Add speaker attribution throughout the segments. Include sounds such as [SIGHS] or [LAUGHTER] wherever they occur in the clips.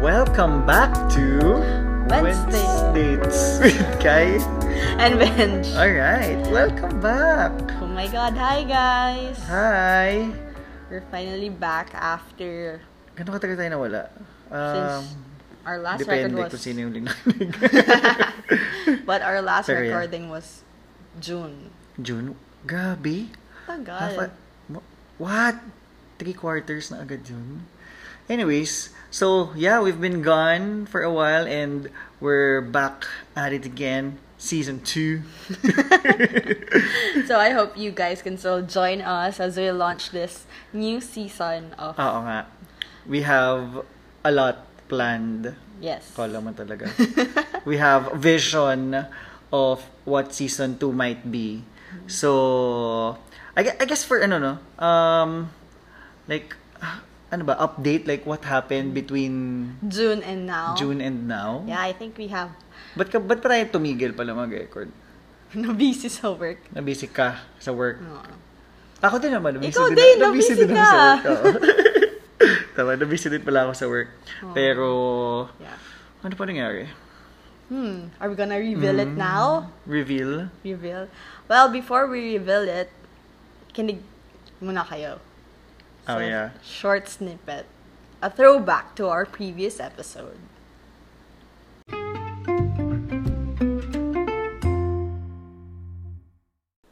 Speaker 1: Welcome back to
Speaker 2: Wednesday.
Speaker 1: Wednesdays [LAUGHS] with Kai.
Speaker 2: And Benj.
Speaker 1: All right, welcome back.
Speaker 2: Oh my god, hi guys!
Speaker 1: Hi.
Speaker 2: We're finally back after
Speaker 1: Gano'ng katagal tayo nawala? Um,
Speaker 2: since our last
Speaker 1: depende
Speaker 2: record was
Speaker 1: kung sino yung
Speaker 2: [LAUGHS]
Speaker 1: linanig.
Speaker 2: But our last
Speaker 1: Pero yeah.
Speaker 2: recording was June. Oh
Speaker 1: June, grabe.
Speaker 2: Tagal.
Speaker 1: Half a- mo- what? Three quarters na agad yun? Anyways, so yeah, we've been gone for a while and we're back at it again. Season 2.
Speaker 2: So I hope you guys can still join us as we launch this new season of
Speaker 1: Oo nga. We have a lot planned.
Speaker 2: Yes.
Speaker 1: Kala mo
Speaker 2: [LAUGHS]
Speaker 1: talaga. We have vision of what season 2 might be. So, I, gue- I guess for ano no, um, like, ah, ano ba, update like what happened between
Speaker 2: June and now.
Speaker 1: June and now?
Speaker 2: Yeah, I think we have [LAUGHS]
Speaker 1: Ba't, ka, ba't pa tayo tumigil pala mag-record?
Speaker 2: busy sa work. Uh,
Speaker 1: Nabisi ka sa work.
Speaker 2: Oo.
Speaker 1: Ako din naman, nabisi
Speaker 2: Hmm. Ikaw
Speaker 1: din.
Speaker 2: din,
Speaker 1: nabisi
Speaker 2: nabisi
Speaker 1: din ako sa
Speaker 2: ka.
Speaker 1: work. oo.
Speaker 2: [LAUGHS]
Speaker 1: Tama, nabisi din pala ako sa work. Pero,
Speaker 2: Hmm. Yeah.
Speaker 1: ano pa nangyari?
Speaker 2: Hmm. Are we gonna reveal
Speaker 1: Mm.
Speaker 2: it now?
Speaker 1: Reveal?
Speaker 2: Reveal? Well, before we reveal it, kinig muna kayo.
Speaker 1: Oh, yeah.
Speaker 2: Short snippet. A throwback to our previous episode.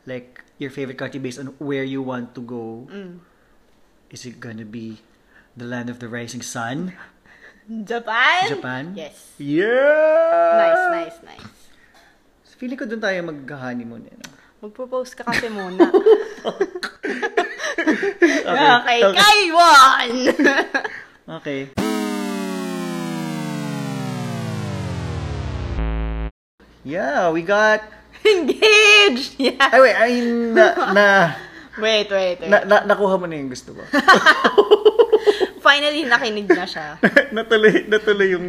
Speaker 1: Like, your favorite country based on where you want to go?
Speaker 2: Mm.
Speaker 1: Is it gonna be the land of the rising sun?
Speaker 2: Japan?
Speaker 1: Japan?
Speaker 2: Yes. Nice,
Speaker 1: Yeah!
Speaker 2: nice, nice.
Speaker 1: Feeling ko doon tayo mag-honeymoon. Eh. no?
Speaker 2: Mag-propose ka kasi
Speaker 1: [LAUGHS]
Speaker 2: muna. okay,
Speaker 1: okay.
Speaker 2: Kaiwan! [LAUGHS]
Speaker 1: Okay. Yeah, we got...
Speaker 2: Engaged! Yeah.
Speaker 1: Ay, wait, I mean, na,
Speaker 2: [LAUGHS]
Speaker 1: na,
Speaker 2: Wait, wait, wait.
Speaker 1: na, [LAUGHS] na, nakuha mo na yung
Speaker 2: [LAUGHS]
Speaker 1: gusto ko.
Speaker 2: Finally, nakinig na siya.
Speaker 1: [LAUGHS] natuloy, natuloy yung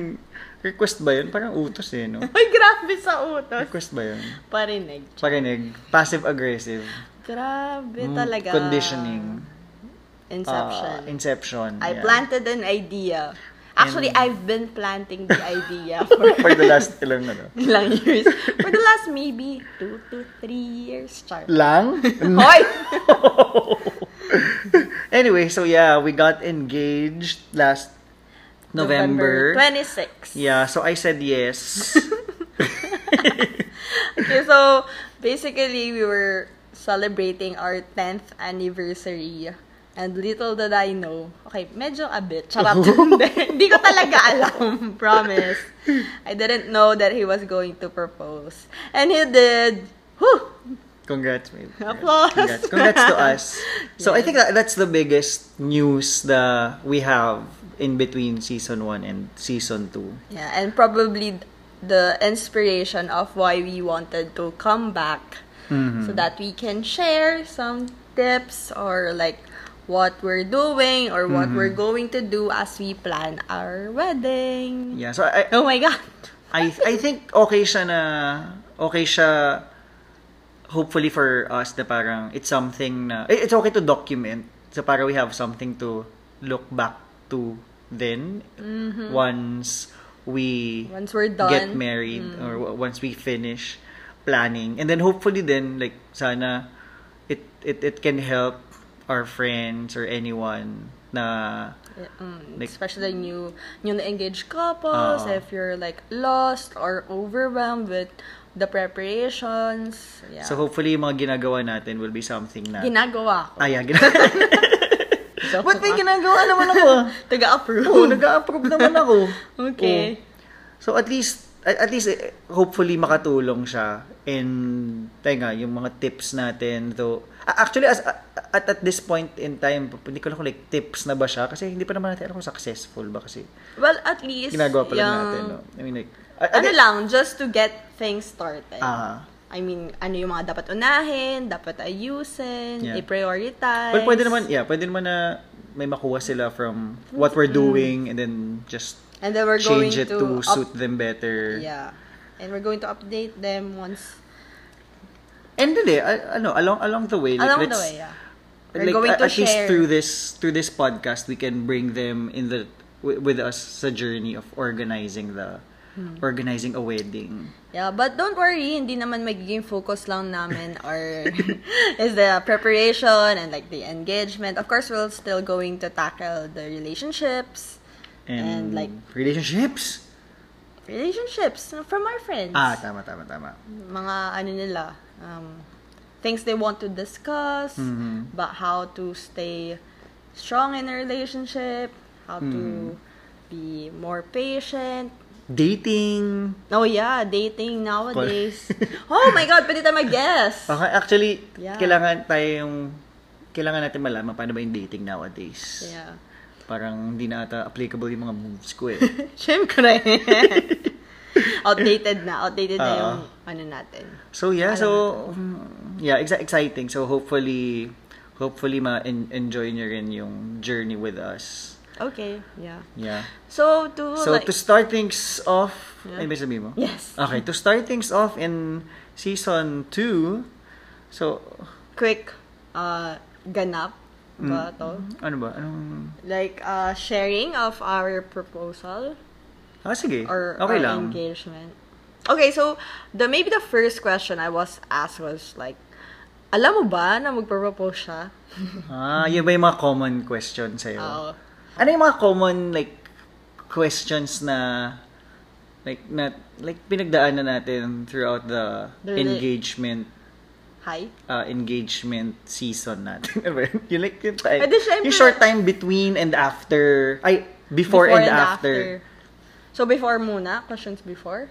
Speaker 1: request ba yun? Parang utos eh, no?
Speaker 2: Ay, grabe sa utos.
Speaker 1: Request ba yun?
Speaker 2: Parinig.
Speaker 1: Parinig. eh, Passive-aggressive.
Speaker 2: Grabe
Speaker 1: Mm,
Speaker 2: talaga.
Speaker 1: Conditioning.
Speaker 2: Inception.
Speaker 1: Ah, inception.
Speaker 2: I
Speaker 1: yeah.
Speaker 2: planted an idea. Actually, I've been planting the idea [LAUGHS] for
Speaker 1: For the last ilang
Speaker 2: [LAUGHS]
Speaker 1: ano.
Speaker 2: ilang years. For the last maybe two to three years, char.
Speaker 1: Lang?
Speaker 2: Hoy!
Speaker 1: [LAUGHS] anyway, so yeah, we got engaged last November.
Speaker 2: 26.
Speaker 1: Yeah, so I said
Speaker 2: [LAUGHS]
Speaker 1: yes.
Speaker 2: Okay, [LAUGHS] so basically, we were celebrating our 10th anniversary. And little did I know, okay, medyo a bit. Charap. Hindi hindi ko talaga alam. Promise. I didn't know that he was going to propose. And he did. Whew!
Speaker 1: Congrats, babe.
Speaker 2: Applause.
Speaker 1: Congrats. Congrats to us. So I think that, that's the biggest news that we have in between season 1 and season 2.
Speaker 2: Yeah, and probably the inspiration of why we wanted to come back
Speaker 1: Mm-hmm.
Speaker 2: so that we can share some tips or like what we're doing or what
Speaker 1: Mm-hmm.
Speaker 2: we're going to do as we plan our wedding.
Speaker 1: Yeah, so I,
Speaker 2: Oh my god.
Speaker 1: I I think okay siya na okay siya hopefully for us na parang it's something na eh, it's okay to document so para we have something to look back to then once we
Speaker 2: Mm-hmm. Once we're done. Mm.
Speaker 1: get married or w- once we finish planning and then hopefully then like sana it it it can help our friends or anyone na
Speaker 2: Yeah, mm,
Speaker 1: Like-
Speaker 2: especially new new engaged couples
Speaker 1: Oo.
Speaker 2: if you're like lost or overwhelmed with the preparations. Yeah.
Speaker 1: so hopefully yung mga ginagawa natin will be something na
Speaker 2: ginagawa ko.
Speaker 1: Ah, yeah, [LAUGHS] ginagawa.
Speaker 2: So, ah.
Speaker 1: Ba't may ginagawa naman ako?
Speaker 2: [LAUGHS] Taga-approve.
Speaker 1: Oo, nag-approve naman ako. Oo.
Speaker 2: Okay.
Speaker 1: So at least, at, at least eh, hopefully makatulong siya. And, tenga, yung mga tips natin. So, a- actually, as, a- at, at this point in time, hindi ko lang kung like tips na ba siya. Kasi hindi pa naman natin alam kung successful ba kasi.
Speaker 2: Well, at least
Speaker 1: Ginagawa pa lang
Speaker 2: yung-
Speaker 1: natin. No? I mean, like, a- a-
Speaker 2: Ano lang, just to get things started.
Speaker 1: Ah.
Speaker 2: I mean, ano yung mga dapat unahin, dapat ayusin,
Speaker 1: Yeah.
Speaker 2: i-prioritize.
Speaker 1: Well, pwede naman, yeah, pwede naman na may makuha sila from what we're doing and then just
Speaker 2: Mm-hmm. And then we're going
Speaker 1: change it
Speaker 2: to,
Speaker 1: to,
Speaker 2: up-
Speaker 1: suit them better.
Speaker 2: Yeah. And we're going to update them once
Speaker 1: And hindi, a- ano, along along the way, like,
Speaker 2: along the
Speaker 1: let's,
Speaker 2: way, yeah.
Speaker 1: like,
Speaker 2: We're going
Speaker 1: a-
Speaker 2: to
Speaker 1: at least
Speaker 2: share.
Speaker 1: through this through this podcast, we can bring them in the wi- with us sa journey of organizing the
Speaker 2: Hmm.
Speaker 1: organizing a wedding.
Speaker 2: Yeah, but don't worry, hindi naman magiging focus lang namin [LAUGHS] or is the preparation and like the engagement. Of course, we're still going to tackle the relationships.
Speaker 1: And,
Speaker 2: And, like-
Speaker 1: relationships.
Speaker 2: Relationships from our friends.
Speaker 1: Ah, tama tama tama.
Speaker 2: mga ano nila, um, things they want to discuss, about how to stay strong in a relationship, how to be more patient.
Speaker 1: Dating.
Speaker 2: Oh yeah, dating nowadays. oh my God, pwede tayo mag-guess.
Speaker 1: Okay, actually,
Speaker 2: Yeah.
Speaker 1: kailangan tayong kailangan natin malaman paano ba yung dating nowadays.
Speaker 2: Yeah.
Speaker 1: Parang hindi na ata applicable yung mga moves ko eh.
Speaker 2: [LAUGHS] Siyempre. [LAUGHS] Ah. outdated na. Outdated na
Speaker 1: Oo.
Speaker 2: yung ano natin.
Speaker 1: So yeah,
Speaker 2: Alam
Speaker 1: so mm, yeah, exa- exciting. So hopefully hopefully ma-enjoy nyo rin yung journey with us.
Speaker 2: Okay, yeah.
Speaker 1: Yeah.
Speaker 2: So, to
Speaker 1: So
Speaker 2: Oh, like...
Speaker 1: to start things off, ay
Speaker 2: Yeah.
Speaker 1: may sabihin mo?
Speaker 2: yes.
Speaker 1: Okay, to start things off in season 2. So
Speaker 2: Quick uh, ganap ba to?
Speaker 1: ano ba? Anong
Speaker 2: Like, uh, sharing of our proposal
Speaker 1: Ah, sige.
Speaker 2: or
Speaker 1: okay
Speaker 2: our
Speaker 1: lang.
Speaker 2: engagement. Okay, so, the maybe the first question I was asked was like, alam mo ba na magpropose siya?
Speaker 1: Ah, yun ba yung mga common question sa'yo?
Speaker 2: Oo.
Speaker 1: Ano yung mga common like questions na like na like pinagdaanan natin throughout the
Speaker 2: The-
Speaker 1: engagement
Speaker 2: hi?
Speaker 1: uh, engagement season natin. [LAUGHS] Ano ba yun? yung like yung time,
Speaker 2: Pwede syempre.
Speaker 1: yung short time between and after ay before, and, after.
Speaker 2: So, before muna? Questions before?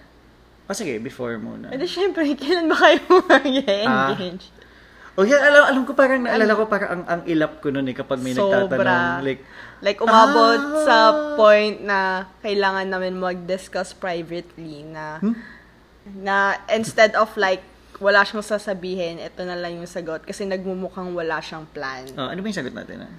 Speaker 1: O Oh, sige, before muna.
Speaker 2: Eh di syempre, [LAUGHS] kailan ba kayo mag-engage?
Speaker 1: Ah, O yan, Oh, alam, alam ko parang naalala ko parang ang, ang ilap ko noon eh kapag may nagtatanong like
Speaker 2: Like, umabot
Speaker 1: Ah.
Speaker 2: sa point na kailangan namin mag-discuss privately na,
Speaker 1: Hmm?
Speaker 2: na instead of like, wala siyang sasabihin, ito na lang yung sagot kasi nagmumukhang wala siyang plan.
Speaker 1: oh, ano ba yung sagot natin? ah?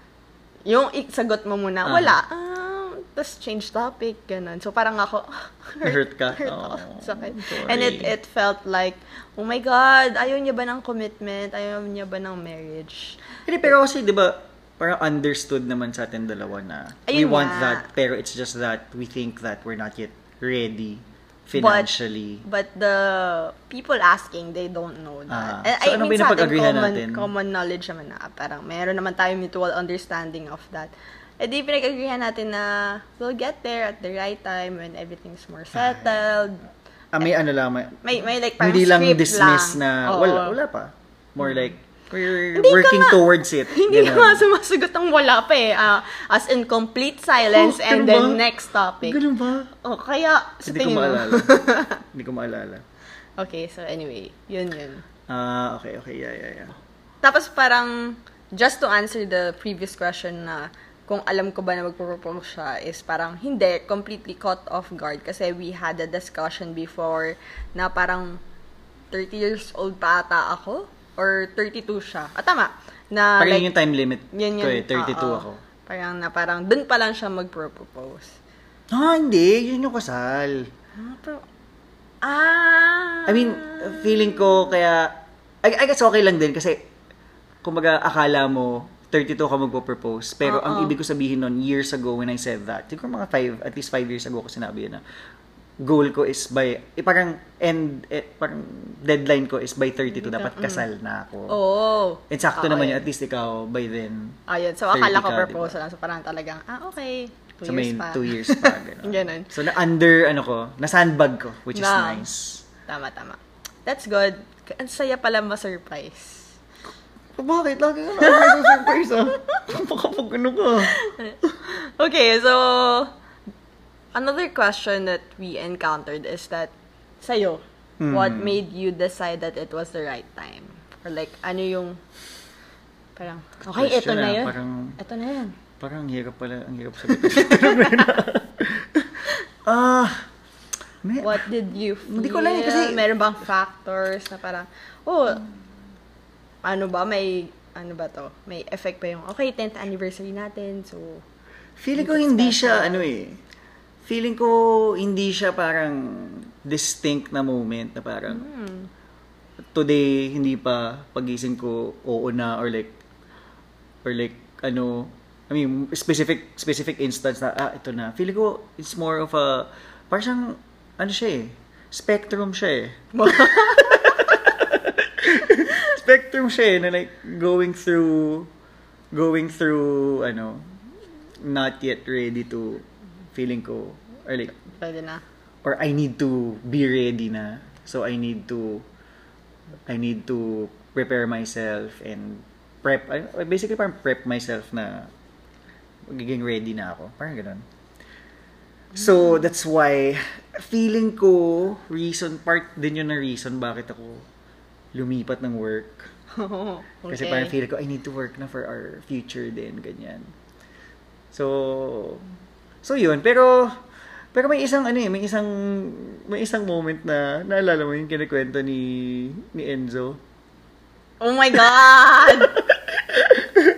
Speaker 2: Yung i- sagot mo muna,
Speaker 1: Ah.
Speaker 2: wala. Um, tapos change topic, ganun. So parang ako, [LAUGHS]
Speaker 1: Hurt ka?
Speaker 2: Hurt
Speaker 1: Oh,
Speaker 2: ako. Sakit.
Speaker 1: sorry.
Speaker 2: And it, it felt like, oh my God, ayaw niya ba ng commitment? Ayaw niya ba ng marriage?
Speaker 1: Hindi, pero kasi, di ba, parang understood naman sa atin dalawa na we
Speaker 2: Ayun
Speaker 1: want
Speaker 2: nga.
Speaker 1: that, pero it's just that we think that we're not yet ready financially.
Speaker 2: But the people asking, they don't know that.
Speaker 1: Ah.
Speaker 2: And
Speaker 1: So,
Speaker 2: I
Speaker 1: ano ba
Speaker 2: mean,
Speaker 1: yung
Speaker 2: sa atin,
Speaker 1: napag-agreehan
Speaker 2: common,
Speaker 1: natin?
Speaker 2: common knowledge naman na ah, parang meron naman tayo mutual understanding of that. E di pinag-agreehan natin na we'll get there at the right time when everything's more settled.
Speaker 1: ah, may ano lang, may,
Speaker 2: May, may like parang
Speaker 1: hindi lang
Speaker 2: script
Speaker 1: dismiss
Speaker 2: lang.
Speaker 1: na,
Speaker 2: Oo.
Speaker 1: wala,
Speaker 2: [LAUGHS]
Speaker 1: wala pa. More like, we're
Speaker 2: Hindi ka
Speaker 1: working
Speaker 2: nga-
Speaker 1: towards it.
Speaker 2: [LAUGHS] Hindi
Speaker 1: Ganun.
Speaker 2: ka nga sumasagot ng wala pa eh. Ah, as in complete silence
Speaker 1: Oh, ganun
Speaker 2: and then
Speaker 1: ba?
Speaker 2: next topic.
Speaker 1: Ganun ba?
Speaker 2: Oh, kaya sa
Speaker 1: Hindi ko
Speaker 2: tingin mo. [LAUGHS]
Speaker 1: maalala. Hindi ko maalala.
Speaker 2: okay, so anyway, yun yun.
Speaker 1: Ah, okay, okay, yeah, yeah, yeah.
Speaker 2: Tapos parang, just to answer the previous question na kung alam ko ba na magpropose siya is parang hindi, completely caught off guard kasi we had a discussion before na parang 30 years old pa ata ako or 32 siya. Ah, tama. Na
Speaker 1: Parang
Speaker 2: like,
Speaker 1: yun yung time limit
Speaker 2: yun
Speaker 1: ko
Speaker 2: yun.
Speaker 1: eh, 32
Speaker 2: oo.
Speaker 1: ako.
Speaker 2: Parang na parang dun pa lang siya magpropose.
Speaker 1: Ah, hindi, yun yung kasal.
Speaker 2: Ah, pero, ah.
Speaker 1: I mean, feeling ko kaya, I, I guess okay lang din kasi, kumbaga, akala mo, 32 ka magpo-propose. Pero ang ibig ko sabihin nun, years ago when I said that, siguro mga 5, at least 5 years ago ko sinabi yun na, goal ko is by, eh, parang end, eh, parang deadline ko is by 32, dapat kasal na ako.
Speaker 2: Oh.
Speaker 1: And sakto
Speaker 2: mm. Oo,
Speaker 1: naman
Speaker 2: yun.
Speaker 1: yun, at least ikaw, by then,
Speaker 2: Ayun, so
Speaker 1: 30
Speaker 2: akala ko
Speaker 1: ka,
Speaker 2: proposal lang. So parang talagang, ah, okay. Two
Speaker 1: sa may
Speaker 2: years pa.
Speaker 1: 2 years
Speaker 2: [LAUGHS]
Speaker 1: pa. Ganun.
Speaker 2: Ganun.
Speaker 1: So, na under, ano ko, na sandbag ko, which is
Speaker 2: Wow.
Speaker 1: nice.
Speaker 2: Tama, tama. That's good. Ang saya pala ma-surprise.
Speaker 1: Bakit? Lagi ka na surprise [LAUGHS] ah. Kapag ano ka.
Speaker 2: Okay, so, another question that we encountered is that, sa'yo,
Speaker 1: Hmm.
Speaker 2: what made you decide that it was the right time? Or like, ano yung, parang, okay, ito
Speaker 1: question,
Speaker 2: na
Speaker 1: ah.
Speaker 2: yun.
Speaker 1: Parang-
Speaker 2: Ito na yun.
Speaker 1: Parang ang hirap pala, ang hirap sagutin. [LAUGHS] Ah, may,
Speaker 2: What did you
Speaker 1: [LAUGHS]
Speaker 2: feel?
Speaker 1: Hindi ko alam eh, kasi-
Speaker 2: Meron bang factors na parang, oh, ano ba, may, ano ba to? May effect pa yung, okay, 10th anniversary natin, so,
Speaker 1: feeling ko hindi siya, ano eh, feeling ko hindi siya parang distinct na moment na parang today hindi pa pagising ko oo na or like or like ano I mean specific specific instance na ah ito na feeling ko it's more of a parang siyang ano siya eh spectrum siya eh spectrum siya eh, na like going through going through ano not yet ready to feeling ko or like
Speaker 2: Pwede na.
Speaker 1: or I need to be ready na so I need to I need to prepare myself and prep I- basically parang prep myself na magiging ready na ako parang ganun So that's why feeling ko reason part din yun na reason bakit ako lumipat ng work kasi
Speaker 2: Okay.
Speaker 1: parang feel ko, I need to work na for our future din, ganyan. So, so yun. Pero, pero may isang ano eh, may isang, may isang moment na, naalala mo yung kinikwento ni, ni Enzo.
Speaker 2: Oh my
Speaker 1: [LAUGHS]
Speaker 2: God!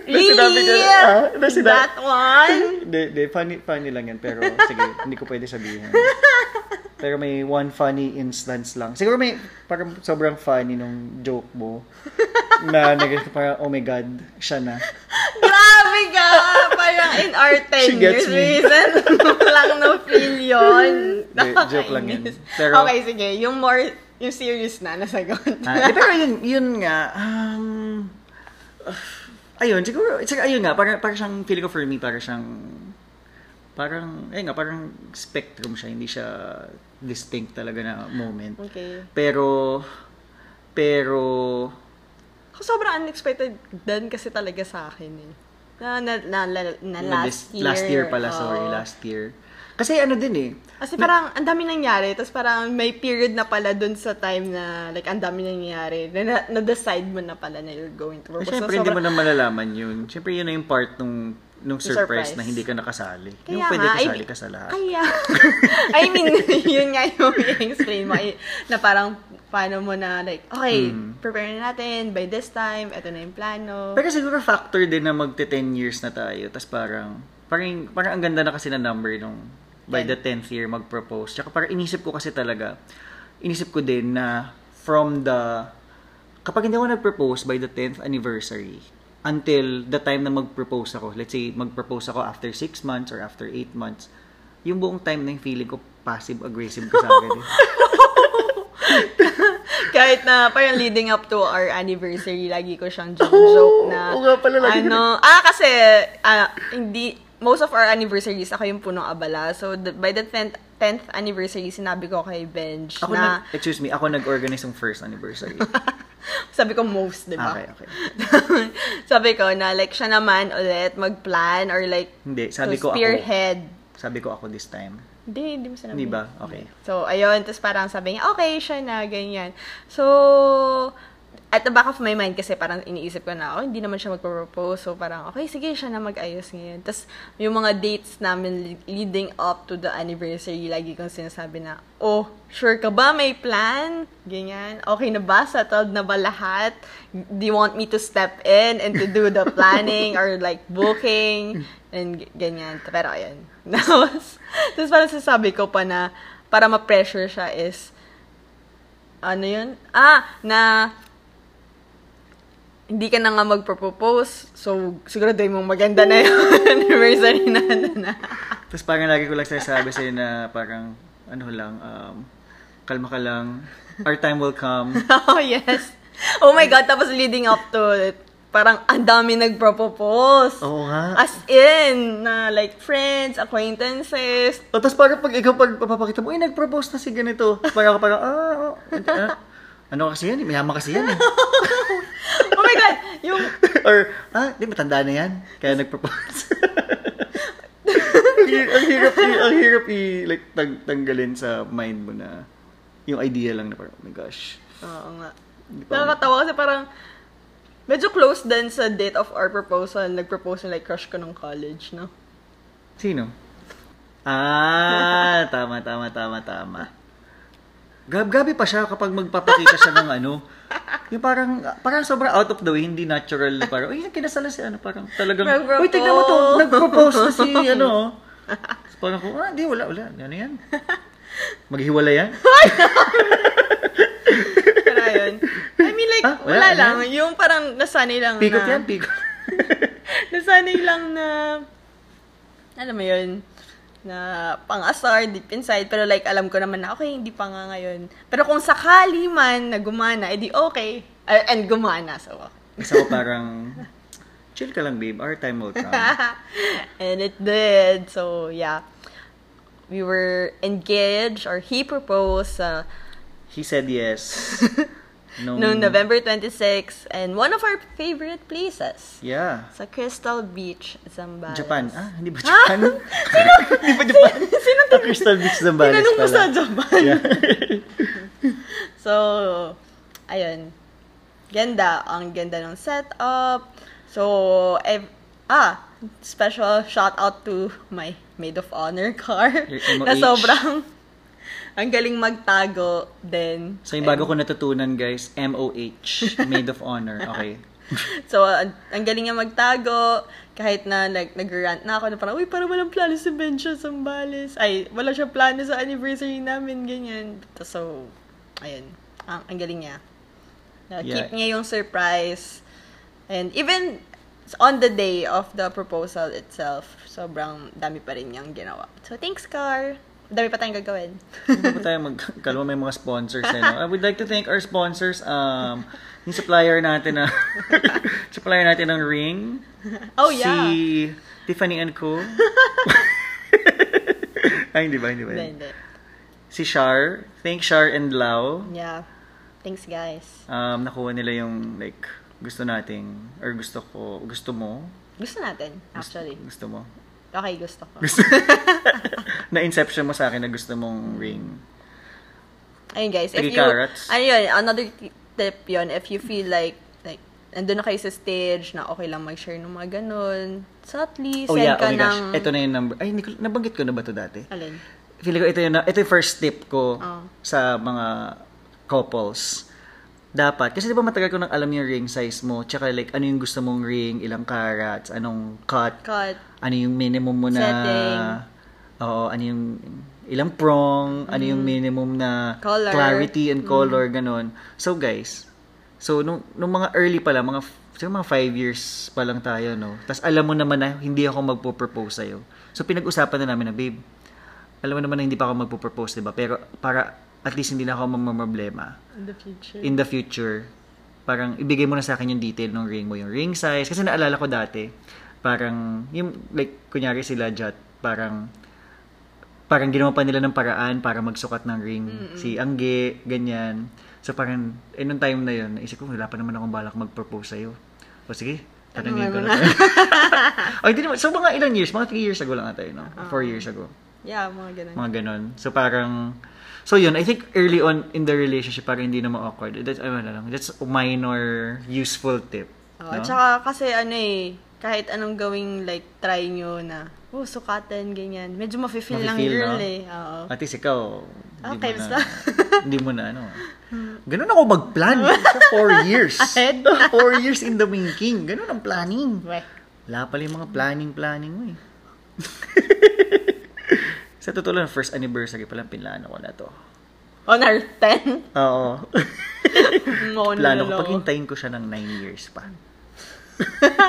Speaker 1: Na sinabi ko,
Speaker 2: really?
Speaker 1: ah, na sinabi,
Speaker 2: That one?
Speaker 1: Hindi, hindi, funny, funny lang yan. Pero,
Speaker 2: [LAUGHS]
Speaker 1: sige, hindi ko pwede sabihin. Pero may one funny instance lang. Siguro may, parang sobrang funny nung joke mo. na, nag- parang, oh my God, siya na.
Speaker 2: Grabe ka! Parang in our 10
Speaker 1: She gets
Speaker 2: years
Speaker 1: me.
Speaker 2: reason lang na feel yun.
Speaker 1: Hindi, [LAUGHS] joke lang yun.
Speaker 2: Nakakainis.
Speaker 1: Pero-
Speaker 2: okay, sige. Yung more, yung serious na, nasagot.
Speaker 1: Ah, eh, pero yun, yun nga, um, ah, ayun, siguro, siguro, ayun nga, parang, parang siyang, feeling ko for me, parang siyang, parang, ayun nga, parang spectrum siya, hindi siya distinct talaga na moment.
Speaker 2: [LAUGHS] okay.
Speaker 1: Pero, pero,
Speaker 2: Ako sobrang unexpected din kasi talaga sa akin eh. Na, na, na, la- na
Speaker 1: yun, ano, this-
Speaker 2: last year.
Speaker 1: last year pala,
Speaker 2: oo.
Speaker 1: sorry, last year. Kasi ano din eh,
Speaker 2: Kasi parang ang dami nangyari, tapos parang may period na pala dun sa time na like ang dami nangyari, na, na- na-decide mo na pala na you're going to work.
Speaker 1: eh,
Speaker 2: Basta
Speaker 1: syempre hindi mo
Speaker 2: sobrang-
Speaker 1: na malalaman yun. Syempre yun na yung part nung, nung surprise,
Speaker 2: surprise.
Speaker 1: na hindi ka nakasali. yung
Speaker 2: Kaya
Speaker 1: pwede
Speaker 2: nga, I
Speaker 1: kasali
Speaker 2: mean-
Speaker 1: ka sa lahat.
Speaker 2: Kaya, [LAUGHS] I mean, [LAUGHS] yun nga yung i-explain mo. eh, Na parang, paano mo na, like, okay,
Speaker 1: Hmm.
Speaker 2: prepare na natin, by this time, eto na yung plano.
Speaker 1: Pero siguro factor din na magte 10 years na tayo, tas parang, parang, parang ang ganda na kasi na number nung by the 10th year mag-propose. Tsaka parang inisip ko kasi talaga, inisip ko din na from the, kapag hindi ako nag-propose by the 10th anniversary, until the time na mag-propose ako, let's say mag-propose ako after 6 months or after 8 months, yung buong time na yung feeling ko passive-aggressive ka sa akin. eh.
Speaker 2: Kahit na, parang leading up to our anniversary, lagi ko
Speaker 1: [LAUGHS]
Speaker 2: siyang joke-joke na,
Speaker 1: oo nga pala, lagi ko
Speaker 2: ano, ah, kasi, ah, hindi, most of our anniversaries, ako yung punong abala. So, the- by the 10th, 10th anniversary, sinabi ko kay Benj
Speaker 1: Ako
Speaker 2: na,
Speaker 1: nag, excuse me, ako nag-organize ng first anniversary.
Speaker 2: sabi ko most, di ba?
Speaker 1: Okay, okay.
Speaker 2: [LAUGHS] sabi ko na like siya naman ulit mag-plan or like
Speaker 1: Hindi, sabi ko
Speaker 2: to
Speaker 1: ako.
Speaker 2: spearhead.
Speaker 1: Sabi ko ako this time.
Speaker 2: Hindi, hindi mo sinabi.
Speaker 1: Di ba? Okay.
Speaker 2: So, ayun. Tapos parang sabi niya, okay, siya na, ganyan. So, at the back of my mind kasi parang iniisip ko na, oh, hindi naman siya magpo-propose. So, parang, okay, sige, siya na mag-ayos ngayon. Tapos, yung mga dates namin li- leading up to the anniversary, lagi kong sinasabi na, oh, sure ka ba? May plan? Ganyan. Okay na ba? Settled na ba lahat? Do you want me to step in and to do the planning or like booking? And g- ganyan. Pero, ayun. [LAUGHS] Tapos, tapos parang sasabi ko pa na, para ma-pressure siya is, ano yun? Ah, na hindi ka na nga magpropose. So, siguraduhin mong maganda na yung [LAUGHS] anniversary natin na.
Speaker 1: Tapos parang lagi ko lang sinasabi sa'yo na parang, ano lang, um, kalma ka lang, our time will come.
Speaker 2: [LAUGHS] oh, yes. Oh my God, tapos leading up to it, parang ang dami nagpropose.
Speaker 1: [LAUGHS] Oo nga.
Speaker 2: As in, na like friends, acquaintances.
Speaker 1: O, tapos parang pag ikaw pag papakita mo, eh, nag-propose na si ganito. Parang ako parang, ah, oh, ah, ano kasi yan? Mayaman kasi yan eh. [LAUGHS]
Speaker 2: Oh my God, yung
Speaker 1: Or, ah, di matanda na yan. Kaya nag-propose. ang, hi- ang hirap, i- ang hirap i- like, tang- tanggalin sa mind mo na yung idea lang na parang, oh my gosh.
Speaker 2: Oo nga.
Speaker 1: ko alam.
Speaker 2: Nakakatawa kasi parang medyo close din sa date of our proposal. Nag-propose yung like crush ko ng college, no?
Speaker 1: Sino? [LAUGHS] Ah, tama, tama, tama, tama. Gab-gabi pa siya kapag magpapakita siya ng ano. Yung parang, parang sobrang out of the way, hindi natural. Parang, uy, kinasala si ano, parang talagang,
Speaker 2: Nag-propose.
Speaker 1: uy, tignan mo to, nag-propose na si ano. So, parang ko, ah, hindi, wala, wala. Ano yan? Maghiwalay yan?
Speaker 2: Pero ayun. I mean like,
Speaker 1: [LAUGHS] Ah,
Speaker 2: wala,
Speaker 1: wala, ano
Speaker 2: lang. Yung parang nasanay lang
Speaker 1: Pikot
Speaker 2: na.
Speaker 1: yan, pikot.
Speaker 2: [LAUGHS] nasanay lang na, alam mo yun, na pang-asar deep inside. Pero like, alam ko naman na, okay, hindi pa nga ngayon. Pero kung sakali man na gumana, edi okay. Uh, and gumana, so okay.
Speaker 1: Isa ko parang, chill ka lang, babe. Our time will come.
Speaker 2: [LAUGHS] and it did. So, yeah. We were engaged, or he proposed uh,
Speaker 1: He said yes. [LAUGHS] Nung,
Speaker 2: noong November 26 and one of our favorite places.
Speaker 1: Yeah.
Speaker 2: Sa Crystal Beach, Zambales.
Speaker 1: Japan. Ah, hindi ba Japan? [LAUGHS] hindi ba Japan?
Speaker 2: Sino
Speaker 1: Ah, Crystal Beach Zambales
Speaker 2: Tinanong mo
Speaker 1: pala.
Speaker 2: sa Japan. [LAUGHS]
Speaker 1: Yeah.
Speaker 2: So, ayun. Ganda. Ang ganda ng setup. So, ev- ah, special shout out to my maid of honor [LAUGHS] car.
Speaker 1: Your MOH.
Speaker 2: na sobrang ang galing magtago din.
Speaker 1: so, yung bago ko natutunan, guys, MOH, Maid of Honor. Okay.
Speaker 2: [LAUGHS] So, ang, ang galing niya magtago. Kahit na like, nag-rant na ako na parang, uy, parang walang plano si Bencho Sambales. Ay, wala siya plano sa anniversary namin, ganyan. So, ayun. Ang, ang galing niya. Na,
Speaker 1: Yeah.
Speaker 2: Keep niya yung surprise. And even on the day of the proposal itself, sobrang dami pa rin niyang ginawa. So, thanks, Car. Dami pa tayong gagawin. [LAUGHS]
Speaker 1: Hindi pa tayo magkalma may mga sponsors eh, no? I would like to thank our sponsors um yung supplier natin na [LAUGHS] supplier natin ng ring.
Speaker 2: oh, yeah.
Speaker 1: Si Tiffany and
Speaker 2: [LAUGHS]
Speaker 1: Co. Ay, hindi ba? Hindi ba?
Speaker 2: Hindi,
Speaker 1: yun?
Speaker 2: hindi.
Speaker 1: Si Shar. Thank Shar and Lau.
Speaker 2: Yeah. Thanks, guys.
Speaker 1: Um, nakuha nila yung like gusto nating or gusto ko gusto mo
Speaker 2: Gusto natin, actually.
Speaker 1: gusto mo
Speaker 2: Okay, gusto ko.
Speaker 1: gusto [LAUGHS] na inception mo sa akin na gusto mong ring
Speaker 2: Ayun guys, if
Speaker 1: Three
Speaker 2: you,
Speaker 1: carrots.
Speaker 2: ano yun, another t- tip yun, if you feel like, like, andun na kayo sa stage na okay lang mag-share ng mga ganun, subtly,
Speaker 1: oh
Speaker 2: send
Speaker 1: yeah oh
Speaker 2: ka
Speaker 1: my
Speaker 2: ng,
Speaker 1: gosh ito na yung number ay hindi ko, nabanggit ko na ba to dati
Speaker 2: alin,
Speaker 1: Feeling ko ito yung, ito yung first tip ko
Speaker 2: Oh.
Speaker 1: sa mga couples. Dapat, kasi di ba matagal ko nang alam yung ring size mo, tsaka like ano yung gusto mong ring, ilang carats, anong cut,
Speaker 2: cut,
Speaker 1: ano yung minimum mo na,
Speaker 2: Setting.
Speaker 1: oo, ano yung ilang prong, ano yung minimum na
Speaker 2: Mm-hmm. Color. Mm-hmm.
Speaker 1: clarity and color, ganon. So guys, so nung, nung mga early pa lang, mga, siguro mga five years pa lang tayo, no? Tapos alam mo naman na hindi ako magpo-propose sa'yo. So pinag-usapan na namin na, babe, alam mo naman na hindi pa ako magpo-propose, di ba? Pero para at least hindi na ako mamamroblema.
Speaker 2: in the future.
Speaker 1: In the future, parang ibigay mo na sa akin yung detail ng ring mo, yung ring size. Kasi naalala ko dati, parang, yung, like, kunyari sila, Jot, parang, parang ginawa pa nila ng paraan para magsukat ng ring. Si Angge, ganyan. So parang, eh, nung time na yun, naisip ko, wala pa naman akong balak mag-propose sa'yo. O sige, tanongin ko
Speaker 2: Tanungin mo
Speaker 1: na. [LAUGHS] Ay, di naman. So mga ilang years, mga 3 years ago lang ata yun, no? 4 years ago
Speaker 2: yeah, mga ganun.
Speaker 1: mga ganun. So parang So yun, I think early on in the relationship parang hindi na awkward. That's ano lang, that's a minor useful tip. no?
Speaker 2: Oh, At saka kasi ano eh, kahit anong gawing like, try nyo na, oh, sukatan, ganyan. Medyo mafe-feel lang
Speaker 1: Mafe-feel,
Speaker 2: girl
Speaker 1: no?
Speaker 2: eh. Oo.
Speaker 1: At least ikaw, hindi
Speaker 2: Okay,
Speaker 1: mo
Speaker 2: basta.
Speaker 1: na, [LAUGHS] hindi mo na ano. Ganun ako
Speaker 2: [LAUGHS]
Speaker 1: mag-plan sa four years.
Speaker 2: Hmm. Ahead.
Speaker 1: four years in the making. Ganun ang planning.
Speaker 2: Weh.
Speaker 1: Wala pala yung mga planning-planning mo eh. [LAUGHS] sa totoo lang, first anniversary pa lang pinlano ko na to.
Speaker 2: On our [LAUGHS] 10th,
Speaker 1: Oo. [LAUGHS]
Speaker 2: mono
Speaker 1: Plano ko,
Speaker 2: lolo.
Speaker 1: paghintayin ko siya ng 9 years pa.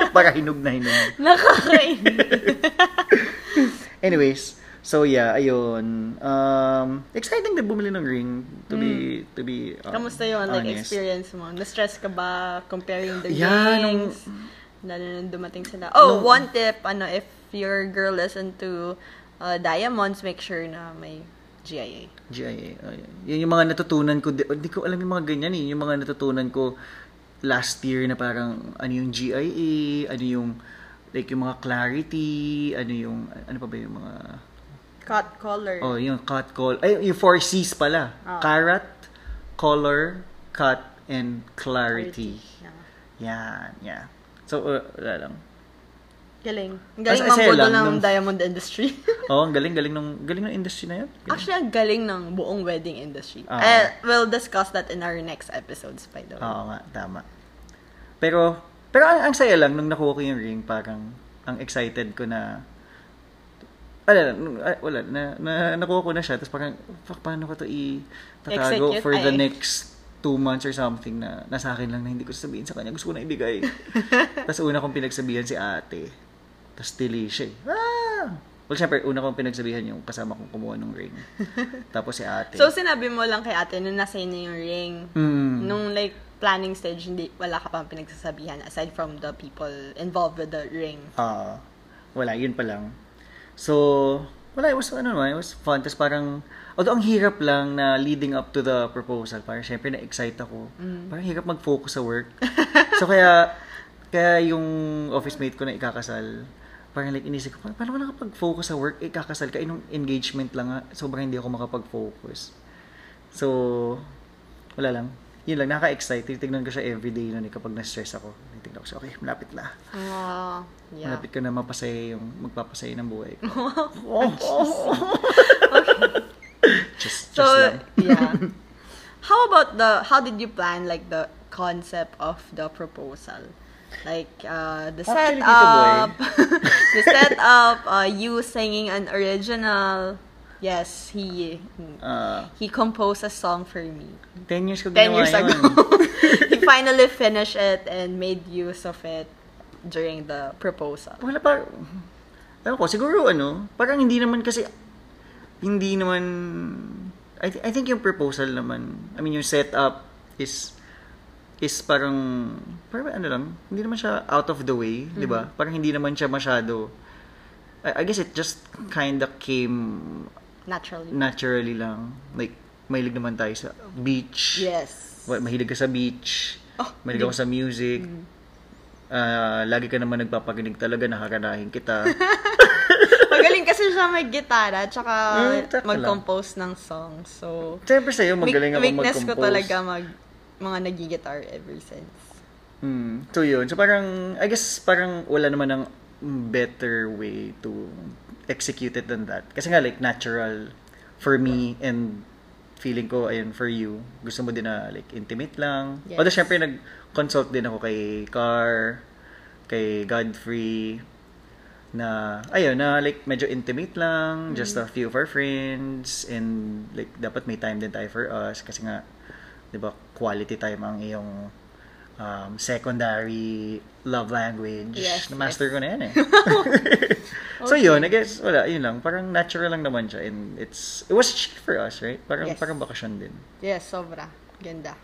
Speaker 1: [LAUGHS] Para hinug na hinug.
Speaker 2: Nakakainis.
Speaker 1: Anyways, so yeah, ayun. Um, exciting na bumili ng ring to be to be um,
Speaker 2: Hmm. Kamusta yun, like,
Speaker 1: honest.
Speaker 2: experience mo? Na-stress ka ba comparing the
Speaker 1: Yeah, nung-
Speaker 2: rings? Lalo nung dumating sila.
Speaker 1: Nung-
Speaker 2: Oh, one tip, ano, if your girl is into uh, diamonds, make sure na may GIA.
Speaker 1: GIA. ayun. oh, Yun yung mga natutunan ko. di- Hindi ko alam yung mga ganyan eh. Yung mga natutunan ko last year na parang ano yung GIA, ano yung like yung mga clarity, ano yung ano pa ba yung mga
Speaker 2: Cut color.
Speaker 1: Oh, yung cut call. Ay, yung four C's pala.
Speaker 2: Oo.
Speaker 1: Carrot, color, cut, and clarity.
Speaker 2: Yeah.
Speaker 1: Yan, yeah. So, uh, wala lang.
Speaker 2: Galing. Ang Galing
Speaker 1: As I say
Speaker 2: mambudol
Speaker 1: lang,
Speaker 2: ng
Speaker 1: nung-
Speaker 2: diamond industry. [LAUGHS]
Speaker 1: Oh, ang galing, galing nung, galing ng industry na yun. Galing.
Speaker 2: Actually, ang galing ng buong wedding industry.
Speaker 1: Oo.
Speaker 2: Eh, we'll discuss that in our next episodes, by the way.
Speaker 1: Oo nga, tama. Pero, pero ang, ang saya lang nung nakuha ko yung ring, parang, ang excited ko na, ala, wala, na, na, nakuha ko na siya. Tapos parang, fuck, paano ko to i-tatago
Speaker 2: Execute,
Speaker 1: for the
Speaker 2: ay.
Speaker 1: next two months or something na nasa akin lang na hindi ko sabihin sa kanya. Gusto ko na
Speaker 2: [LAUGHS]
Speaker 1: ibigay. Tapos una kong pinagsabihan si ate. Tapos tili siya. eh. Ah! Well, syempre, una kong pinagsabihan yung kasama kong kumuha ng
Speaker 2: [LAUGHS]
Speaker 1: ring. Tapos si ate.
Speaker 2: So, sinabi mo lang kay ate nung nasa inyo yung ring.
Speaker 1: Mm.
Speaker 2: Nung like planning stage, hindi, wala ka pang pinagsasabihan aside from the people involved with the ring.
Speaker 1: Ah, wala, yun pa lang. So, wala, it was, ano naman, it was fun. Tapos parang, although ang hirap lang na leading up to the proposal, parang syempre na-excite ako. Parang hirap mag-focus sa work. so, kaya, kaya yung office mate ko na ikakasal, parang like inisip ko, paano ko nakapag-focus sa work, ikakasal ka, eh, nung engagement lang nga, sobrang hindi ako makapag-focus. So, wala lang. Yun lang, nakaka-excite. Titignan ko siya everyday nun eh, kapag na-stress ako. Titignan ko siya, okay, malapit na.
Speaker 2: Wow. Yeah.
Speaker 1: Malapit ka na mapasaya yung magpapasaya ng buhay
Speaker 2: [LAUGHS]
Speaker 1: ko. Oh, just, just
Speaker 2: So,
Speaker 1: lang. [LAUGHS]
Speaker 2: yeah. How about the, how did you plan like the concept of the proposal? Like, uh, the
Speaker 1: Actually, Tito
Speaker 2: setup, [LAUGHS] the setup, uh, you singing an original. Yes, he,
Speaker 1: Uh,
Speaker 2: he composed a song for me.
Speaker 1: 10 years ko
Speaker 2: 10
Speaker 1: ginawa
Speaker 2: years
Speaker 1: yun.
Speaker 2: ago.
Speaker 1: [LAUGHS]
Speaker 2: [LAUGHS] he finally finished it and made use of it during the proposal.
Speaker 1: Wala pa. Ewan ko, siguro ano, parang hindi naman kasi, hindi naman, I, thi- I think yung proposal naman, I mean yung setup is, is parang, parang ano lang, hindi naman siya out of the way, di ba?
Speaker 2: Mm-hmm.
Speaker 1: Parang hindi naman siya masyado, I, I guess it just kinda came
Speaker 2: Naturally.
Speaker 1: naturally lang. Like, mahilig naman tayo sa beach.
Speaker 2: Yes.
Speaker 1: Well, mahilig ka sa beach.
Speaker 2: Oh, Mm.
Speaker 1: mahilig ako sa music. Ah, lagi ka naman nagpapakinig talaga, nakaranahin
Speaker 2: [LAUGHS]
Speaker 1: kita.
Speaker 2: [LAUGHS] Magaling kasi siya may gitara tsaka
Speaker 1: Mm, tsaka
Speaker 2: mag-compose ng song. So,
Speaker 1: Siyempre sa'yo, magaling
Speaker 2: weak-
Speaker 1: ako mag-compose.
Speaker 2: weakness ko talaga mag mga nagigitar ever since.
Speaker 1: Mm, so yun. So parang, I guess parang wala naman ng better way to execute it than that. Kasi nga like natural for me and feeling ko, ayun, for you, gusto mo din na like intimate lang.
Speaker 2: Yes.
Speaker 1: Although syempre nag-consult din ako kay Carr, kay Godfrey, na ayun na like medyo intimate
Speaker 2: Mm-hmm.
Speaker 1: lang just a few of our friends and like dapat may time din tayo for us kasi nga 'di ba quality time ang iyong um, secondary love language
Speaker 2: Yes,
Speaker 1: na master
Speaker 2: yes.
Speaker 1: ko na
Speaker 2: [LAUGHS]
Speaker 1: yan eh so yun I guess wala yun lang parang natural lang naman siya and it's it was chill for us right parang
Speaker 2: Yes.
Speaker 1: parang bakasyon din
Speaker 2: Yes, sobra. Ganda.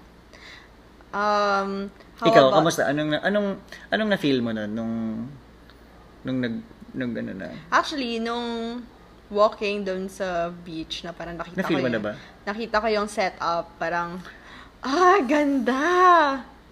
Speaker 2: Um, how
Speaker 1: ikaw
Speaker 2: about...
Speaker 1: kamusta anong anong anong na feel mo na nung nung nag nung ano na
Speaker 2: Actually, nung walking doon sa beach na parang nakita
Speaker 1: Na-feel
Speaker 2: ko
Speaker 1: mo na
Speaker 2: yung-
Speaker 1: ba?
Speaker 2: Nakita ko yung setup, parang, ah, ganda!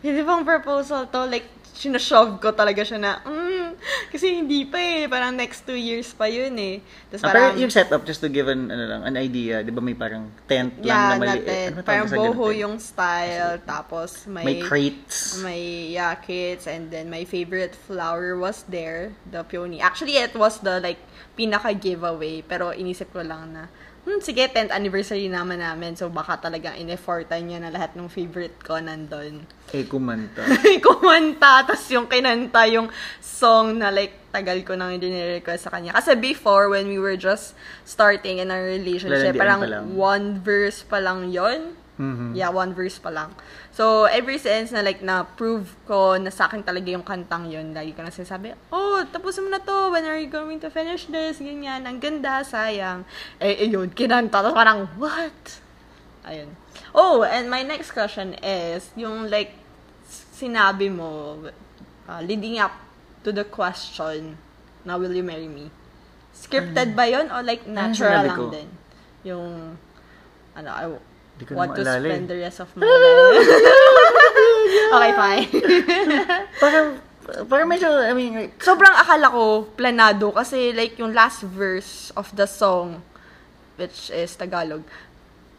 Speaker 2: Pwede bang proposal to? Like, sinushove ko talaga siya na, mm, kasi hindi pa eh, parang next two years pa yun eh.
Speaker 1: Ah,
Speaker 2: Tapos parang,
Speaker 1: pero yung setup, just to give an, ano lang, an idea, di ba may parang tent lang
Speaker 2: yeah,
Speaker 1: na maliit. Ano
Speaker 2: natin,
Speaker 1: ba tawag
Speaker 2: parang
Speaker 1: sa ganun,
Speaker 2: boho
Speaker 1: tent?
Speaker 2: yung style, tapos may,
Speaker 1: May crates.
Speaker 2: my yeah kids and then my favorite flower was there the peony actually it was the like pinaka giveaway pero inisip ko lang na hmm, sige 10th anniversary naman namin so baka talaga ineffortan niya na lahat ng favorite ko nandun [LAUGHS]
Speaker 1: Eh, kumanta.
Speaker 2: kumanta tapos yung kinanta yung song na like tagal ko nang hindi request sa kanya kasi before when we were just starting in our relationship
Speaker 1: Lalandian
Speaker 2: parang
Speaker 1: ano pa lang.
Speaker 2: one verse pa lang yon
Speaker 1: Mm-hmm.
Speaker 2: Yeah, one verse pa lang. So, ever since na like na-prove ko na sa akin talaga yung kantang yun, lagi ko na sinasabi, oh, tapos mo na to, when are you going to finish this? Ganyan, ang ganda, sayang. Eh, eh, yun, kinanta. Tapos parang, what? Ayun. Oh, and my next question is, yung like, sinabi mo, uh, leading up to the question, na will you marry me? Scripted ba yun? O like,
Speaker 1: Ano? sinabi
Speaker 2: natural lang
Speaker 1: ko?
Speaker 2: din? Yung, ano, I w-
Speaker 1: Di ko na
Speaker 2: want to
Speaker 1: maalala eh.
Speaker 2: spend the rest of my life. [LAUGHS] okay, fine. [LAUGHS]
Speaker 1: parang, parang medyo, I mean, like,
Speaker 2: Sobrang akala ko planado kasi like yung last verse of the song, which is Tagalog,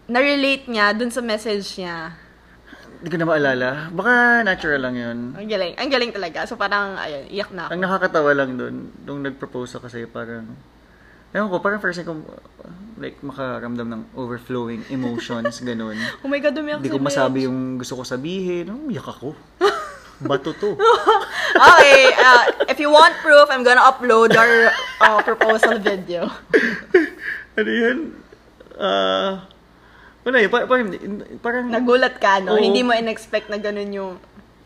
Speaker 2: na-relate niya dun sa message niya.
Speaker 1: di ko na maalala. Baka natural lang yun.
Speaker 2: Ang galing. Ang galing talaga. So parang, ayun, iyak na ako.
Speaker 1: Ang nakakatawa lang dun, nung nag-propose ako sa'yo, parang, ewan ko, parang first time ko, like, makaramdam ng overflowing emotions, [LAUGHS] ganun.
Speaker 2: Oh my God, dumi ako
Speaker 1: Hindi ko
Speaker 2: sa bed. [LAUGHS]
Speaker 1: masabi yung gusto ko sabihin. Oh, umiyak ako. Bato to.
Speaker 2: Okay, uh, if you want proof, I'm gonna upload our uh, proposal video.
Speaker 1: [LAUGHS] ano yun? Ah, wala yun, pa- parang, parang,
Speaker 2: Nagulat ka, no?
Speaker 1: Oo.
Speaker 2: Hindi mo in-expect na ganun yung...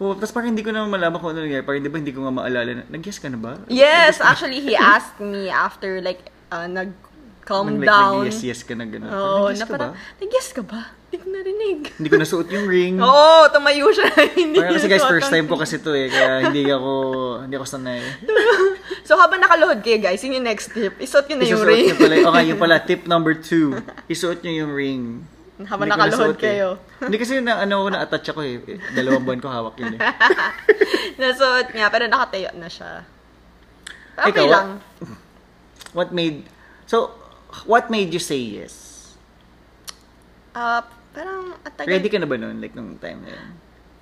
Speaker 1: oh, tapos parang hindi ko na malaman kung ano nangyari. Parang di ba hindi ko nga maalala na, nag-guess ka na ba?
Speaker 2: Yes, actually, he asked me after, like, uh,
Speaker 1: Nang,
Speaker 2: nag-calm
Speaker 1: like,
Speaker 2: down.
Speaker 1: Nag-yes, yes ka na gano'n.
Speaker 2: Oo,
Speaker 1: nag-guess
Speaker 2: na
Speaker 1: ka ba?
Speaker 2: parang, nag-yes ka ba? Hindi ko narinig.
Speaker 1: Hindi ko nasuot yung ring.
Speaker 2: [LAUGHS] Oo, tumayo siya. [LAUGHS] hindi
Speaker 1: Parang kasi
Speaker 2: niya
Speaker 1: guys, first
Speaker 2: suot ang-
Speaker 1: time ko kasi to eh. Kaya hindi ako, hindi ako sanay.
Speaker 2: [LAUGHS] So, habang nakaluhod kayo, guys, yun yung next tip. Isuot yun na yung
Speaker 1: Isusuot
Speaker 2: ring. [LAUGHS]
Speaker 1: niyo pala. Okay, yun pala. Tip number two. Isuot niyo yung ring.
Speaker 2: Habang
Speaker 1: Hindi ko
Speaker 2: nakaluhod
Speaker 1: nasuot eh.
Speaker 2: kayo.
Speaker 1: Hindi kasi na, ano, na-attach ako eh. Dalawang buwan ko hawak yun
Speaker 2: [LAUGHS]
Speaker 1: eh.
Speaker 2: Nasuot niya, pero nakatayo na siya. Okay
Speaker 1: Ikaw,
Speaker 2: lang.
Speaker 1: What made, so, what made you say yes?
Speaker 2: Ah, parang atagal.
Speaker 1: Ready ka na ba noon? Like, nung time na yun?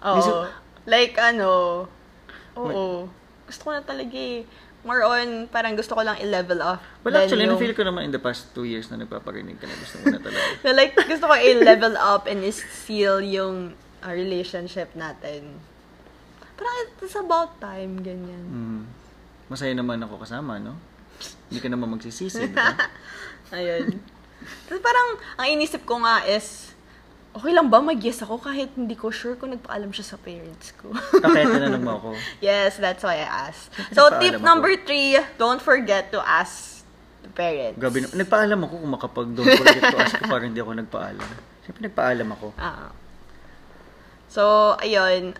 Speaker 2: Oo.
Speaker 1: Nisu-
Speaker 2: like, ano, oo. Gusto ko na talaga eh. More on, parang gusto ko lang i-level up.
Speaker 1: Well,
Speaker 2: Then
Speaker 1: actually, ano
Speaker 2: yung-
Speaker 1: na-feel ko naman in the past two years na nagpaparinig ka na gusto mo na
Speaker 2: [LAUGHS]
Speaker 1: talaga.
Speaker 2: na like, gusto ko i-level up and i-seal yung ah, relationship natin. Parang it's about time, ganyan.
Speaker 1: Mm. Masaya naman ako kasama, no? Hindi ka naman magsisisi, di
Speaker 2: [LAUGHS]
Speaker 1: ba?
Speaker 2: Ayun. Tapos parang, ang inisip ko nga is, okay lang ba mag-yes ako kahit hindi ko sure kung nagpaalam siya sa parents ko. [LAUGHS]
Speaker 1: Kaya tinanong mo ako.
Speaker 2: Yes, that's why I asked. So,
Speaker 1: Nagpaalam
Speaker 2: tip
Speaker 1: ako.
Speaker 2: number three, don't forget to ask the parents.
Speaker 1: Gabi na, nagpaalam ako kung makapag don't forget to ask ko parang hindi ako nagpaalam. Siyempre nagpaalam ako.
Speaker 2: Ah. So, ayun.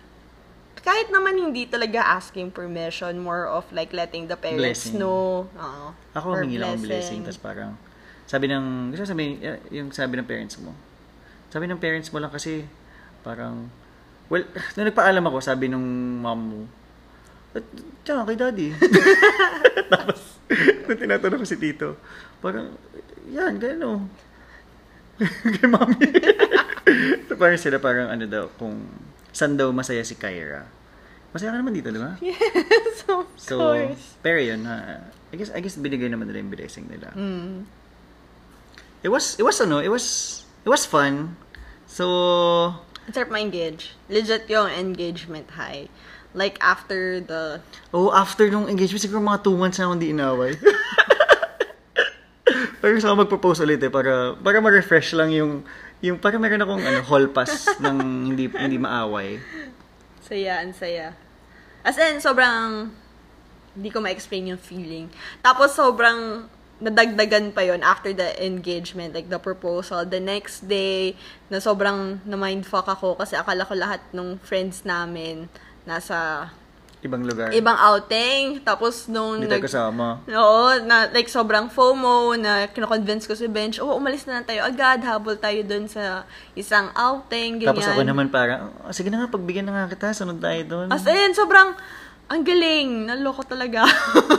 Speaker 2: Kahit naman hindi talaga asking permission, more of like letting the parents
Speaker 1: Blessing.
Speaker 2: know. Oo.
Speaker 1: Ako
Speaker 2: Or
Speaker 1: humingi lang ng blessing, tapos parang, sabi ng, gusto sabi, eh, yung sabi ng parents mo. Sabi ng parents mo lang kasi, parang, well, [SIGHS] nung nagpaalam ako, sabi nung mom mo, "At- Tsaka kay daddy. [LAUGHS] tapos, nung tinatanong ko si tito, parang, yan, ganyan o. [LAUGHS] kay mommy. [LAUGHS] so, parang sila parang ano daw, kung saan daw masaya si Kyra. Masaya ka naman dito, di ba?
Speaker 2: [LAUGHS] Yes, of
Speaker 1: So,
Speaker 2: course.
Speaker 1: pero yun, ha, I guess, I guess binigay naman nila yung blessing nila.
Speaker 2: Mm.
Speaker 1: It was, it was ano, it was, it was fun. So,
Speaker 2: It's hard ma-engage. Legit yung engagement high. Like after the...
Speaker 1: oh, after nung engagement, siguro mga two months na akong di inaway. [LAUGHS] pero gusto ko mag-propose ulit eh, para, para ma-refresh lang yung, yung, para meron akong ano, hall pass ng hindi, hindi maaway.
Speaker 2: Saya, ang saya. As in, sobrang... Hindi ko ma-explain yung feeling. Tapos sobrang nadagdagan pa yon after the engagement, like the proposal. The next day, na sobrang na-mindfuck ako kasi akala ko lahat ng friends namin nasa
Speaker 1: Ibang lugar.
Speaker 2: ibang outing. Tapos nung
Speaker 1: Hindi tayo kasama.
Speaker 2: Oo, na, like, sobrang FOMO na kinoconvince ko si Bench, oo, umalis na lang tayo agad, habol tayo dun sa isang outing, ganyan.
Speaker 1: Tapos ako naman para, "Oh, sige na nga, pagbigyan na nga kita, sunod tayo doon.
Speaker 2: As in, sobrang, ang galing, naloko talaga. [LAUGHS]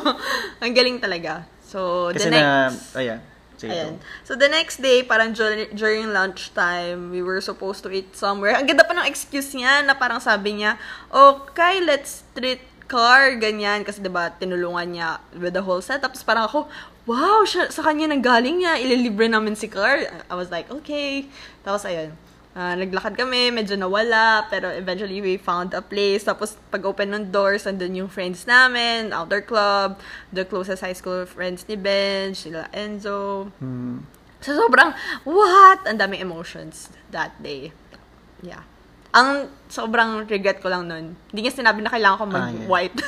Speaker 2: ang galing talaga. So,
Speaker 1: Kasi
Speaker 2: the next...
Speaker 1: na, ayan. Sige ito.
Speaker 2: Ayan. So, the next day, parang dur- during lunchtime, we were supposed to eat somewhere. Ang ganda pa ng excuse niya na parang sabi niya, okay, let's treat car, ganyan. Kasi, diba, tinulungan niya with the whole setup. Tapos parang ako, wow, siya, sa kanya nang galing niya. Ililibre namin si car. I was like, okay. Tapos, ayun. Ah, naglakad kami, medyo nawala, pero eventually we found a place. Tapos pag open ng doors, andun yung friends namin, outdoor club, the closest high school friends ni Ben, sila Enzo.
Speaker 1: Hmm.
Speaker 2: [LAUGHS] So, sobrang, what? Ang daming emotions that day. Yeah. Ang sobrang regret ko lang nun, hindi niya sinabi na kailangan ko mag-white. [LAUGHS]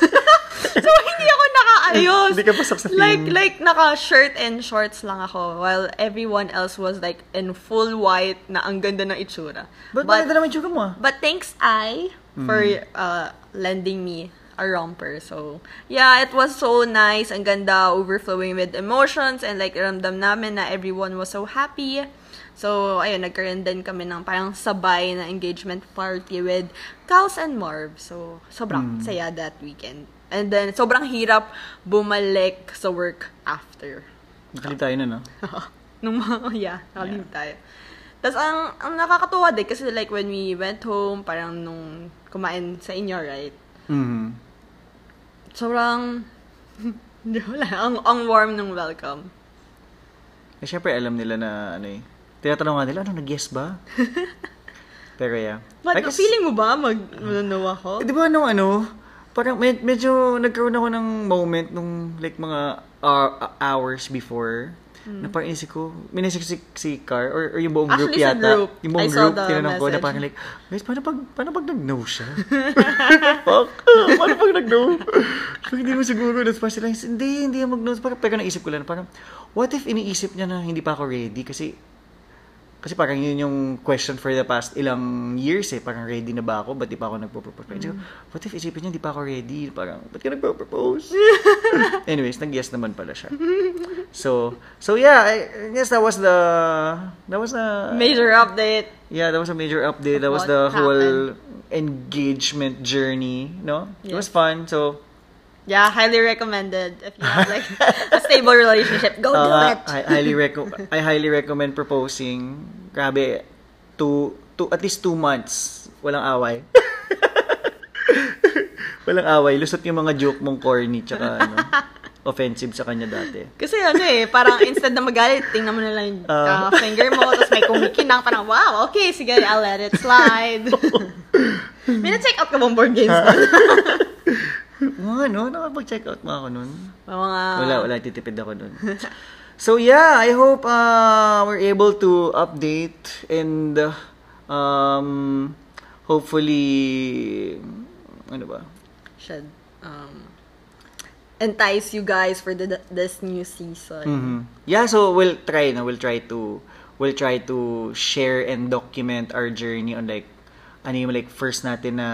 Speaker 2: so, hindi ako nakaayos.
Speaker 1: Ah, Hindi ka pasok sa theme.
Speaker 2: Like, like, naka-shirt and shorts lang ako. While everyone else was like in full white na ang ganda ng itsura.
Speaker 1: Ba't
Speaker 2: But,
Speaker 1: maganda naman yung tsura mo ah?
Speaker 2: but thanks, I, for uh, lending me a romper. So, yeah, it was so nice. Ang ganda, overflowing with emotions. And like, ramdam namin na everyone was so happy. So, ayun, nagkaroon din kami ng parang sabay na engagement party with Kals and Marv. So, sobrang saya that weekend. And then, sobrang hirap bumalik sa work after.
Speaker 1: Nakalip tayo na, no?
Speaker 2: Nung mga, [LAUGHS] yeah, nakalib tayo. Tapos, ang, ang nakakatuwa din, kasi like, when we went home, parang nung kumain sa inyo, right? Mm-hmm.
Speaker 1: Mhm.
Speaker 2: Sobrang, [LAUGHS] hindi wala, ang, ang warm ng welcome. [LAUGHS]
Speaker 1: Eh, syempre, alam nila na, ano eh. Tinatanong nga nila, ano, nag-yes ba? Pero yeah.
Speaker 2: But
Speaker 1: I guess-
Speaker 2: feeling mo ba mag-know ako?
Speaker 1: Eh, di ba nung ano, parang med- medyo nagkaroon ako ng moment nung like mga uh, hours before. Na parang inisip ko, minisip ko si, si Car or, or yung buong group
Speaker 2: Hmm. Actually, sa
Speaker 1: yata.
Speaker 2: group.
Speaker 1: Yung buong
Speaker 2: I saw
Speaker 1: group,
Speaker 2: the
Speaker 1: tinanong ko na
Speaker 2: message.
Speaker 1: parang like, guys, paano pag, paano pag nag-know
Speaker 2: [LAUGHS]
Speaker 1: siya? Fuck, paano pag nag-know? Parang hindi mo siguro, tapos parang sila, hindi, hindi ako mag-know. Parang, pero naisip ko lang, parang, what if iniisip niya na hindi pa ako ready? Kasi kasi parang yun yung question for the past ilang years eh. Parang ready na ba ako? Ba't di pa ako nagpo-propose? Parang sabi ko, what if isipin niya, di pa ako ready? Parang, ba't ka
Speaker 2: [LAUGHS]
Speaker 1: nagpo-propose? Anyways, nag-yes naman pala siya. So, so yeah, I I guess that was the, that was a,
Speaker 2: Major update.
Speaker 1: yeah, that was a major update. That was
Speaker 2: What
Speaker 1: the whole
Speaker 2: happened?
Speaker 1: engagement journey, no? It was
Speaker 2: Yes.
Speaker 1: fun. So,
Speaker 2: Yeah, highly recommended if you have
Speaker 1: [LAUGHS]
Speaker 2: like a stable relationship. Go
Speaker 1: Oo
Speaker 2: do
Speaker 1: nga,
Speaker 2: it.
Speaker 1: Uh, I highly reco- I highly recommend proposing. Grabe, two, two, at least two months. Walang away. [LAUGHS] Walang away. Lusot yung mga joke mong corny tsaka
Speaker 2: [LAUGHS]
Speaker 1: ano, offensive sa kanya dati.
Speaker 2: Kasi ano eh, parang instead na magalit, tingnan mo na lang yung
Speaker 1: Ah.
Speaker 2: ah, finger mo, tapos may kumikinang, parang wow, okay, sige, I'll let it slide.
Speaker 1: [LAUGHS]
Speaker 2: may na-check out ka bang board games ba?
Speaker 1: Ah. Mga ano, nakapag-check out mo ako nun.
Speaker 2: May mga...
Speaker 1: Wala, wala. Titipid ako nun. So yeah, I hope uh, we're able to update and uh, um, hopefully, ano ba?
Speaker 2: Should, um, entice you guys for the, this new season.
Speaker 1: Mhm. Yeah, so we'll try, no? We'll try to we'll try to share and document our journey on like ano yung like first natin na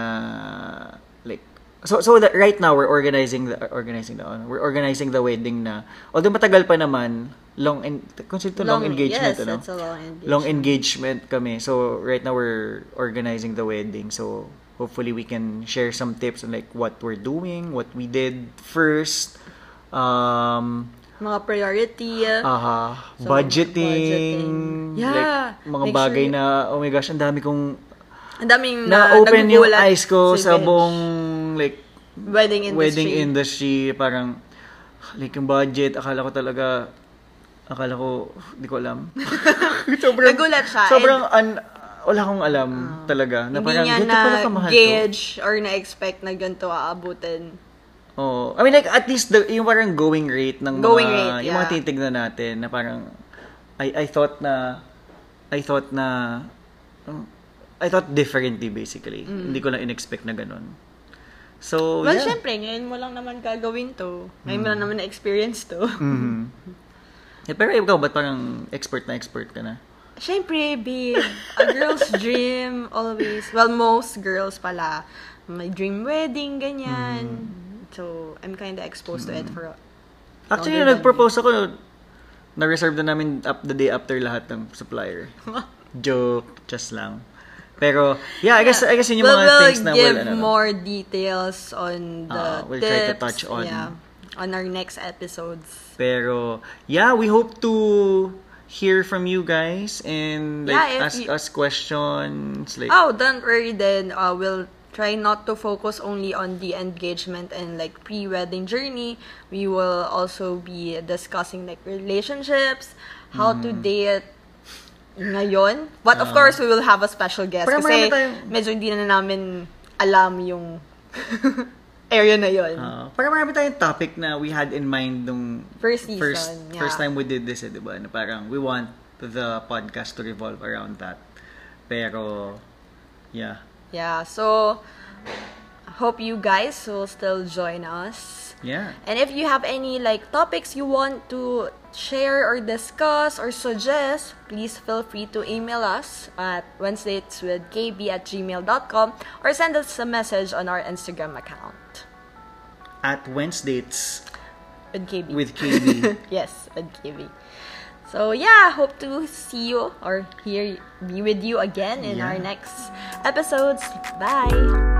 Speaker 1: like so so that right now we're organizing the organizing the ano, we're organizing the wedding na although matagal pa naman long en, consider to long, engagement
Speaker 2: Yes,
Speaker 1: ano
Speaker 2: that's a long engagement.
Speaker 1: long engagement kami so right now we're organizing the wedding so hopefully we can share some tips on like what we're doing what we did first um
Speaker 2: mga priority.
Speaker 1: Aha.
Speaker 2: So,
Speaker 1: budgeting.
Speaker 2: budgeting. Yeah.
Speaker 1: Like, mga
Speaker 2: Make sure
Speaker 1: bagay
Speaker 2: you-
Speaker 1: na, oh my gosh, ang dami kong
Speaker 2: Ang daming na,
Speaker 1: na-open yung
Speaker 2: nagugulat
Speaker 1: eyes ko sa
Speaker 2: event.
Speaker 1: buong, like,
Speaker 2: wedding industry.
Speaker 1: wedding industry. Parang, like, yung budget, akala ko talaga, akala ko, di ko
Speaker 2: [LAUGHS]
Speaker 1: alam. sobrang,
Speaker 2: Nagulat siya.
Speaker 1: sobrang, un- wala akong alam talaga. Na
Speaker 2: Ah. Hindi
Speaker 1: parang,
Speaker 2: niya
Speaker 1: ganito pala kamahal to.
Speaker 2: na-gauge or na-expect na ganito aabutin.
Speaker 1: Oo. I mean, like, at least, the, yung parang going rate ng
Speaker 2: Going
Speaker 1: mga,
Speaker 2: rate,
Speaker 1: yung mga
Speaker 2: yeah.
Speaker 1: titignan natin, na parang, I, I thought na, I thought na, um, I thought differently, basically. Hindi ko lang in-expect na ganun. So,
Speaker 2: Mm.
Speaker 1: Oh,
Speaker 2: well,
Speaker 1: yeah. Mm.
Speaker 2: syempre, ngayon mo lang naman gagawin to. Ngayon mo lang naman na-experience to.
Speaker 1: Mhm. Eh, pero ikaw, ba't parang expert na expert ka na?
Speaker 2: [LAUGHS] Syempre, babe, a girl's
Speaker 1: [LAUGHS]
Speaker 2: dream always. Well, most girls pala. May dream
Speaker 1: Mm.
Speaker 2: wedding, ganyan. So, I'm kinda exposed to it for...
Speaker 1: Actually,
Speaker 2: Longer than
Speaker 1: nag-propose ako, na-reserve na namin up the day after lahat ng supplier.
Speaker 2: [LAUGHS]
Speaker 1: Joke, just lang. Pero, yeah, I guess, I guess yun yung
Speaker 2: Well,
Speaker 1: mga
Speaker 2: we'll
Speaker 1: things na
Speaker 2: give
Speaker 1: well, ano, no?
Speaker 2: more details on
Speaker 1: Ah,
Speaker 2: the
Speaker 1: we'll
Speaker 2: tips.
Speaker 1: try to touch on-
Speaker 2: Yeah, on our next episodes.
Speaker 1: Pero yeah, we hope to hear from you guys and like
Speaker 2: Yeah, if
Speaker 1: ask
Speaker 2: you-
Speaker 1: us questions like
Speaker 2: Oh, don't worry then. Uh, we'll try not to focus only on the engagement and like pre-wedding journey. We will also be discussing like relationships, how to date ngayon. But of course, we will have a special guest
Speaker 1: Pero
Speaker 2: kasi
Speaker 1: marami tayong-
Speaker 2: medyo hindi na namin alam yung [LAUGHS] area na yon.
Speaker 1: uh, parang marami tayong topic na we had in mind nung
Speaker 2: First season,
Speaker 1: first,
Speaker 2: yeah.
Speaker 1: first time we did this, eh, di ba? Na parang we want the podcast to revolve around that. Pero yeah.
Speaker 2: Yeah, so hope you guys will still join us.
Speaker 1: Yeah.
Speaker 2: And if you have any like topics you want to share or discuss or suggest, please feel free to email us at wednesdayswithkb at gmail.com or send us a message on our Instagram account.
Speaker 1: At Wednesdays
Speaker 2: With KB.
Speaker 1: with KB.
Speaker 2: [LAUGHS] yes, with KB. So yeah, hope to see you or hear be with you again in
Speaker 1: Yeah.
Speaker 2: our next episodes. Bye.